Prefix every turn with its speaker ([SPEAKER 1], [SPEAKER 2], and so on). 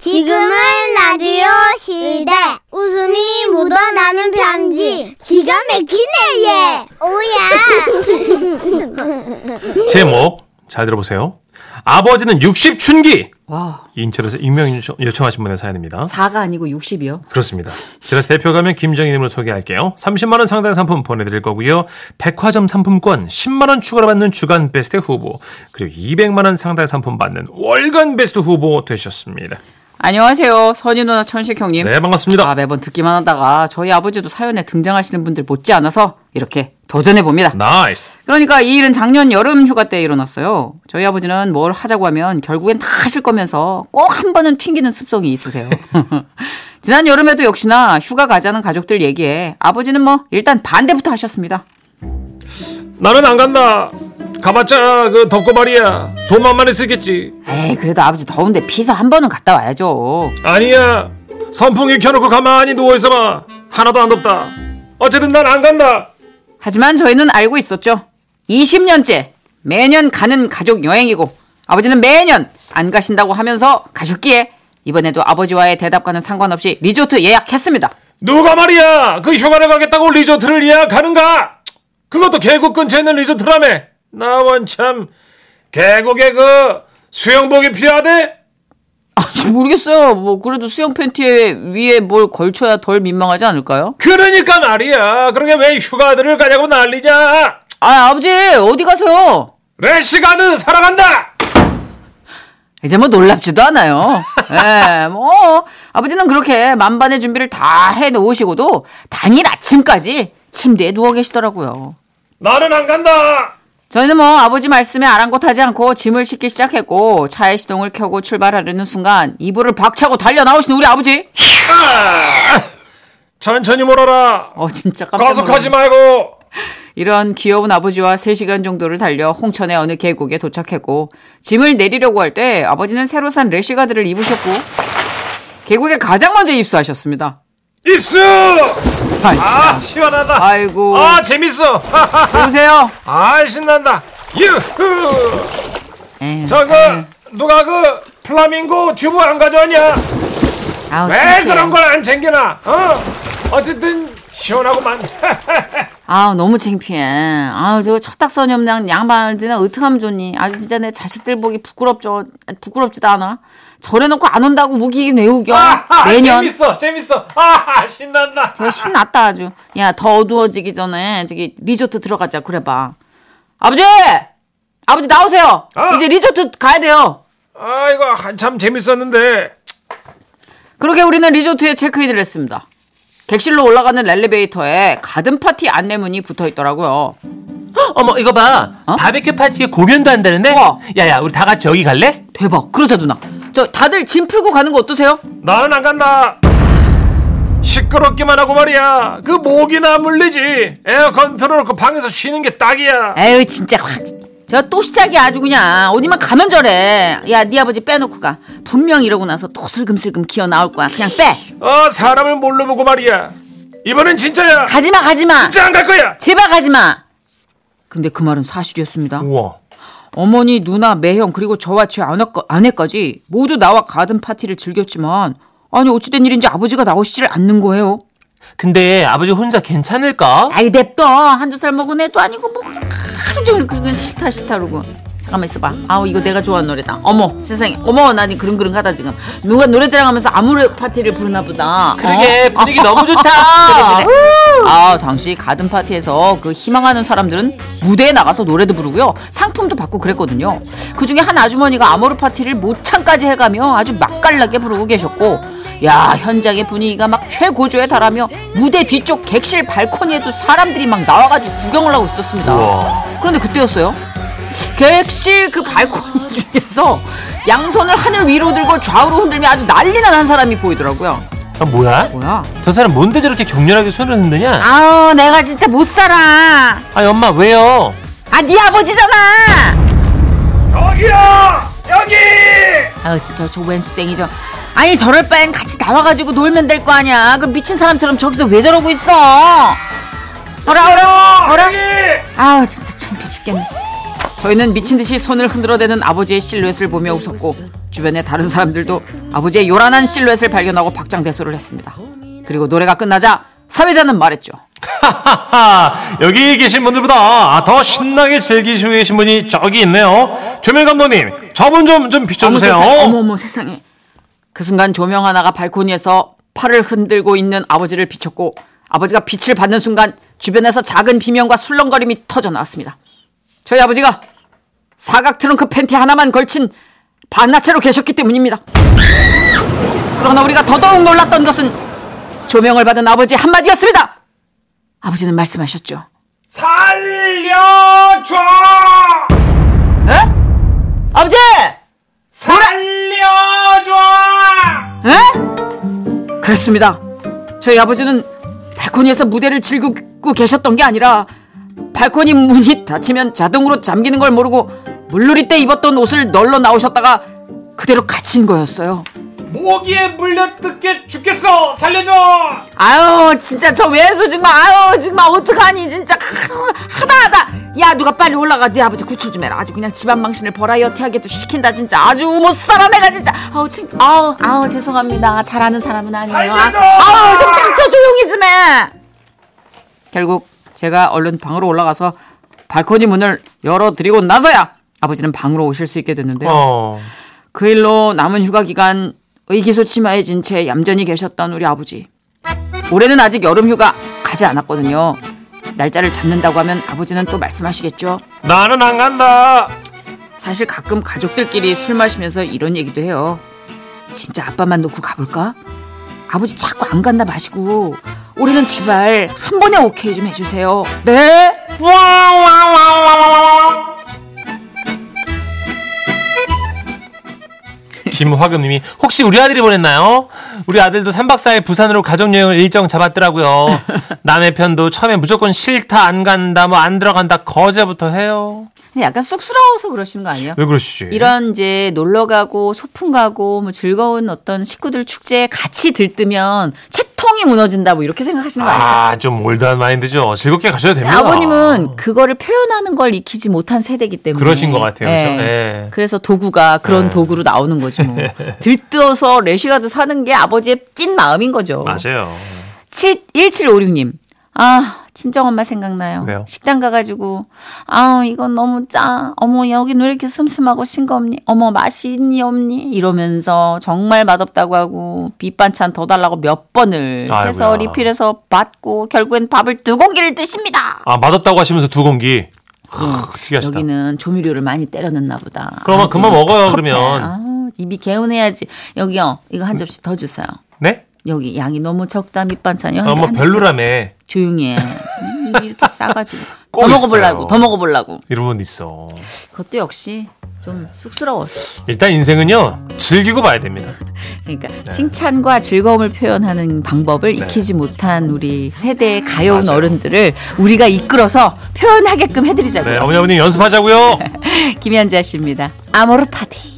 [SPEAKER 1] 지금은 라디오 시대. 웃음이 묻어나는 편지. 기가 막히네, 얘. 오야.
[SPEAKER 2] 제목 잘 들어보세요. 아버지는 60 춘기
[SPEAKER 3] 와,
[SPEAKER 2] 인천에서 익명 요청- 요청하신 분의 사연입니다.
[SPEAKER 3] 4가 아니고 60이요.
[SPEAKER 2] 그렇습니다. 지라스 대표 가면 김정희님을 소개할게요. 30만 원 상당의 상품 보내드릴 거고요. 백화점 상품권 10만 원 추가로 받는 주간 베스트 후보 그리고 200만 원 상당의 상품 받는 월간 베스트 후보 되셨습니다.
[SPEAKER 3] 안녕하세요. 선희 누나 천식 형님.
[SPEAKER 2] 네
[SPEAKER 3] 아,
[SPEAKER 2] 반갑습니다.
[SPEAKER 3] 매번 듣기만 하다가 저희 아버지도 사연에 등장하시는 분들 못지 않아서 이렇게 도전해 봅니다.
[SPEAKER 2] 음. 나이스.
[SPEAKER 3] 그러니까 이 일은 작년 여름 휴가 때 일어났어요. 저희 아버지는 뭘 하자고 하면 결국엔 다 하실 거면서 꼭 한 번은 튕기는 습성이 있으세요. 지난 여름에도 역시나 휴가 가자는 가족들 얘기에 아버지는 뭐 일단 반대부터 하셨습니다.
[SPEAKER 2] 나는 안 간다. 가봤자 그 덥고 말이야. 돈만 많이 쓰겠지.
[SPEAKER 3] 에이, 그래도 아버지 더운데 피서 한 번은 갔다 와야죠.
[SPEAKER 2] 아니야. 선풍기 켜놓고 가만히 누워 있어봐. 하나도 안 덥다. 어쨌든 난 안 간다.
[SPEAKER 3] 하지만 저희는 알고 있었죠. 20년째 매년 가는 가족 여행이고 아버지는 매년 안 가신다고 하면서 가셨기에 이번에도 아버지와의 대답과는 상관없이 리조트 예약했습니다.
[SPEAKER 2] 누가 말이야 그 휴가를 가겠다고 리조트를 예약하는가 그것도 계곡 근처에 있는 리조트라며 나원 참 계곡에 그 수영복이 필요하대
[SPEAKER 3] 아, 모르겠어요. 뭐 그래도 수영 팬티 위에 뭘 걸쳐야 덜 민망하지 않을까요?
[SPEAKER 2] 그러니까 말이야 그러게 왜 휴가들을 가냐고 난리냐
[SPEAKER 3] 아 아버지 어디 가세요?
[SPEAKER 2] 래시가드 사랑한다
[SPEAKER 3] 이제 뭐 놀랍지도 않아요. 예, 뭐 아버지는 그렇게 만반의 준비를 다 해놓으시고도 당일 아침까지 침대에 누워 계시더라고요.
[SPEAKER 2] 나는 안 간다
[SPEAKER 3] 저희는 뭐 아버지 말씀에 아랑곳하지 않고 짐을 싣기 시작했고 차의 시동을 켜고 출발하려는 순간 이불을 박차고 달려 나오신 우리 아버지.
[SPEAKER 2] 천천히 몰아라
[SPEAKER 3] 어 진짜 깜짝
[SPEAKER 2] 과속하지
[SPEAKER 3] 놀랐네.
[SPEAKER 2] 말고
[SPEAKER 3] 이런 귀여운 아버지와 3시간 정도를 달려 홍천의 어느 계곡에 도착했고 짐을 내리려고 할 때 아버지는 새로 산 레시가드를 입으셨고 계곡에 가장 먼저 입수하셨습니다.
[SPEAKER 2] 입수
[SPEAKER 3] 아,
[SPEAKER 2] 아
[SPEAKER 3] 참.
[SPEAKER 2] 시원하다
[SPEAKER 3] 아이고.
[SPEAKER 2] 아 재밌어
[SPEAKER 3] 보세요.
[SPEAKER 2] 아 신난다 유후
[SPEAKER 3] 에휴,
[SPEAKER 2] 저거
[SPEAKER 3] 에휴.
[SPEAKER 2] 누가 그 플라밍고 튜브 안 가져왔냐?
[SPEAKER 3] 아우,
[SPEAKER 2] 왜
[SPEAKER 3] 창피해.
[SPEAKER 2] 그런 걸 안 챙겨놔? 어? 어쨌든 시원하고만.
[SPEAKER 3] 아우 너무 창피해. 아우 저거 첫닥선염장 양반들은 어떡하면 좋니? 아주 진짜 내 자식들 보기 부끄럽죠. 부끄럽지도 않아. 저래놓고 안 온다고 무기 내우겨.
[SPEAKER 2] 아,
[SPEAKER 3] 매년.
[SPEAKER 2] 재밌어, 재밌어. 아, 신난다.
[SPEAKER 3] 저 신났다 아주. 야 더 어두워지기 전에 저기 리조트 들어가자. 그래봐. 아버지, 아버지 나오세요.
[SPEAKER 2] 어.
[SPEAKER 3] 이제 리조트 가야 돼요.
[SPEAKER 2] 아, 이거 한참 재밌었는데.
[SPEAKER 3] 그렇게 우리는 리조트에 체크인을 했습니다. 객실로 올라가는 엘리베이터에 가든 파티 안내문이 붙어 있더라고요.
[SPEAKER 4] 어머 이거 봐
[SPEAKER 3] 어?
[SPEAKER 4] 바베큐 파티에 공연도 한다는데
[SPEAKER 3] 우와.
[SPEAKER 4] 야야 우리 다 같이 여기 갈래?
[SPEAKER 3] 대박. 그러자 누나. 저 다들 짐 풀고 가는 거 어떠세요?
[SPEAKER 2] 나는 안 간다. 시끄럽기만 하고 말이야. 그 모기나 물리지. 에어컨 틀어놓고 방에서 쉬는 게 딱이야.
[SPEAKER 3] 에휴 진짜 확. 저 또 시작이야 아주 그냥 어디만 가면 저래 야 네 아버지 빼놓고 가 분명 이러고 나서 또 슬금슬금 기어 나올 거야 그냥 빼
[SPEAKER 2] 어, 사람을 몰로 보고 말이야. 이번엔 진짜야.
[SPEAKER 3] 가지마 가지마
[SPEAKER 2] 진짜 안 갈 거야.
[SPEAKER 3] 제발 가지마 근데 그 말은 사실이었습니다
[SPEAKER 2] 우와.
[SPEAKER 3] 어머니 누나 매형 그리고 저와 제 아내까- 아내까지 모두 나와 가든 파티를 즐겼지만 아니 어찌된 일인지 아버지가 나오시질 않는 거예요
[SPEAKER 4] 근데 아버지 혼자 괜찮을까?
[SPEAKER 3] 아이 냅둬 한두 살 먹은 애도 아니고 뭐 하루 종일 그건 싫다 싫다 그러고 잠깐만 있어봐 아우 이거 내가 좋아하는 노래다 어머 세상에 어머 나니 그릉그릉하다 지금 누가 노래 자랑하면서 아무래 파티를 부르나 보다
[SPEAKER 4] 그러게
[SPEAKER 3] 어?
[SPEAKER 4] 분위기 너무
[SPEAKER 3] 아,
[SPEAKER 4] 좋다
[SPEAKER 3] 그래, 그래. 아 당시 가든 파티에서 그 희망하는 사람들은 무대에 나가서 노래도 부르고요 상품도 받고 그랬거든요 그 중에 한 아주머니가 아모르 파티를 모창까지 해가며 아주 맛깔나게 부르고 계셨고 야 현장의 분위기가 막 최고조에 달하며 무대 뒤쪽 객실 발코니에도 사람들이 막 나와가지고 구경을 하고 있었습니다
[SPEAKER 4] 우와.
[SPEAKER 3] 그런데 그때였어요 객실 그 발코니 중에서 양손을 하늘 위로 들고 좌우로 흔들며 아주 난리난 한 사람이 보이더라고요
[SPEAKER 4] 아 뭐야?
[SPEAKER 3] 뭐야
[SPEAKER 4] 저 사람 뭔데 저렇게 격렬하게 손을 흔드냐?
[SPEAKER 3] 아우 내가 진짜 못 살아
[SPEAKER 4] 아니 엄마 왜요?
[SPEAKER 3] 아 네 아버지잖아
[SPEAKER 2] 여기야! 여기!
[SPEAKER 3] 아우 진짜 저 왼수땡이죠 아니 저럴 바엔 같이 나와가지고 놀면 될 거 아니야 그 미친 사람처럼 저기서 왜 저러고 있어 어라 어라 어라 아우 진짜 창피해 죽겠네 저희는 미친 듯이 손을 흔들어대는 아버지의 실루엣을 보며 웃었고 주변의 다른 사람들도 아버지의 요란한 실루엣을 발견하고 박장대소를 했습니다. 그리고 노래가 끝나자 사회자는 말했죠.
[SPEAKER 2] 하하, 여기 계신 분들보다 아, 더 신나게 즐기시고 계신 분이 저기 있네요. 조명 감독님, 저분 좀, 좀
[SPEAKER 3] 어머, 세상에. 어머,
[SPEAKER 2] 비춰주세요.
[SPEAKER 3] 어머, 세상에. 그 순간 조명 하나가 발코니에서 팔을 흔들고 있는 아버지를 비췄고 아버지가 빛을 받는 순간 주변에서 작은 비명과 술렁거림이 터져 나왔습니다. 저희 아버지가 사각 트렁크 팬티 하나만 걸친 반나체로 계셨기 때문입니다. 그러나 우리가 더더욱 놀랐던 것은 조명을 받은 아버지 한마디였습니다. 아버지는 말씀하셨죠.
[SPEAKER 5] 살려줘!
[SPEAKER 3] 에? 아버지!
[SPEAKER 5] 살려줘!
[SPEAKER 3] 에? 그렇습니다. 저희 아버지는 발코니에서 무대를 즐기고 계셨던 게 아니라 발코니 문이 닫히면 자동으로 잠기는 걸 모르고 물놀이 때 입었던 옷을 널러 나오셨다가 그대로 갇힌 거였어요.
[SPEAKER 5] 모기에 물려 뜯게 죽겠어! 살려줘!
[SPEAKER 3] 아유 진짜 저 외수 정말 아유 정말 어떡하니 진짜 아, 하다 하다 야 누가 빨리 올라가 네 아버지 구출 좀 해라 아주 그냥 집안 망신을 버라이어티 하게도 시킨다 진짜 아주 못 살아 내가 진짜 아우 챙 아우 아우 죄송합니다 잘하는 사람은 아니에요 아,
[SPEAKER 5] 살려줘!
[SPEAKER 3] 아우 좀 닥쳐 조용히 좀해 결국 제가 얼른 방으로 올라가서 발코니 문을 열어드리고 나서야 아버지는 방으로 오실 수 있게 됐는데요
[SPEAKER 4] 어.
[SPEAKER 3] 그 일로 남은 휴가 기간 의기소침해진 채 얌전히 계셨던 우리 아버지. 올해는 아직 여름 휴가 가지 않았거든요. 날짜를 잡는다고 하면 아버지는 또 말씀하시겠죠.
[SPEAKER 2] 나는 안 간다.
[SPEAKER 3] 사실 가끔 가족들끼리 술 마시면서 이런 얘기도 해요. 진짜 아빠만 놓고 가볼까? 아버지 자꾸 안 간다 마시고 올해는 제발 한 번에 오케이 좀 해주세요. 네?
[SPEAKER 4] 김화금님이 혹시 우리 아들이 보냈나요? 우리 아들도 3박 4일 부산으로 가족여행을 일정 잡았더라고요. 남의 편도 처음에 무조건 싫다, 안 간다, 뭐 안 들어간다, 거제부터 해요.
[SPEAKER 3] 근데 약간 쑥스러워서 그러시는 거 아니에요?
[SPEAKER 2] 왜 그러시지?
[SPEAKER 3] 이런 이제 놀러 가고 소풍 가고 뭐 즐거운 어떤 식구들 축제에 같이 들뜨면 채통이 무너진다 뭐 이렇게 생각하시는 거 아니에요?
[SPEAKER 2] 아, 좀 올드한 마인드죠. 즐겁게 가셔도 됩니다.
[SPEAKER 3] 아버님은 그거를 표현하는 걸 익히지 못한 세대이기 때문에
[SPEAKER 2] 그러신 것 같아요. 그죠? 예.
[SPEAKER 3] 래서 도구가 그런 도구로 나오는 거지 뭐. 들떠서 레시가드 사는 게 아버지의 찐 마음인 거죠.
[SPEAKER 2] 맞아요.
[SPEAKER 3] 7 1756님. 아, 친정엄마 생각나요.
[SPEAKER 2] 왜요?
[SPEAKER 3] 식당 가가지고, 아 이건 너무 짜. 어머, 여긴 왜 이렇게 슴슴하고 싱겁니? 어머, 맛이 있니, 없니? 이러면서 정말 맛없다고 하고, 밑반찬 더 달라고 몇 번을 해서
[SPEAKER 2] 아이고야.
[SPEAKER 3] 리필해서 받고, 결국엔 밥을 두 공기를 드십니다.
[SPEAKER 2] 아, 맛없다고 하시면서 두 공기. 크, 특이하시다.
[SPEAKER 3] 여기는 조미료를 많이 때려 넣나 보다.
[SPEAKER 2] 그러면
[SPEAKER 3] 아주
[SPEAKER 2] 그만 먹어요,
[SPEAKER 3] 텁텁해.
[SPEAKER 2] 그러면. 음.
[SPEAKER 3] 아우, 입이 개운해야지. 여기요, 이거 한 접시 더 주세요.
[SPEAKER 2] 네?
[SPEAKER 3] 여기 양이 너무 적다, 밑반찬이.
[SPEAKER 2] 아, 뭐 별로라며.
[SPEAKER 3] 조용히 해. 음, 이렇게 싸가지고.
[SPEAKER 2] 꼭
[SPEAKER 3] 더
[SPEAKER 2] 있어요.
[SPEAKER 3] 먹어보려고, 더 먹어보려고.
[SPEAKER 2] 이런 분 있어.
[SPEAKER 3] 그것도 역시 좀 쑥스러웠어.
[SPEAKER 2] 일단 인생은요, 즐기고 봐야 됩니다.
[SPEAKER 3] 그러니까
[SPEAKER 2] 네.
[SPEAKER 3] 칭찬과 즐거움을 표현하는 방법을 익히지 못한 우리
[SPEAKER 2] 아,
[SPEAKER 3] 세대의 가여운 어른들을 우리가 이끌어서 표현하게끔 해드리자고요.
[SPEAKER 2] 네, 어머니, 아버님 연습하자고요.
[SPEAKER 3] 김현자 씨입니다. 아모르 파티.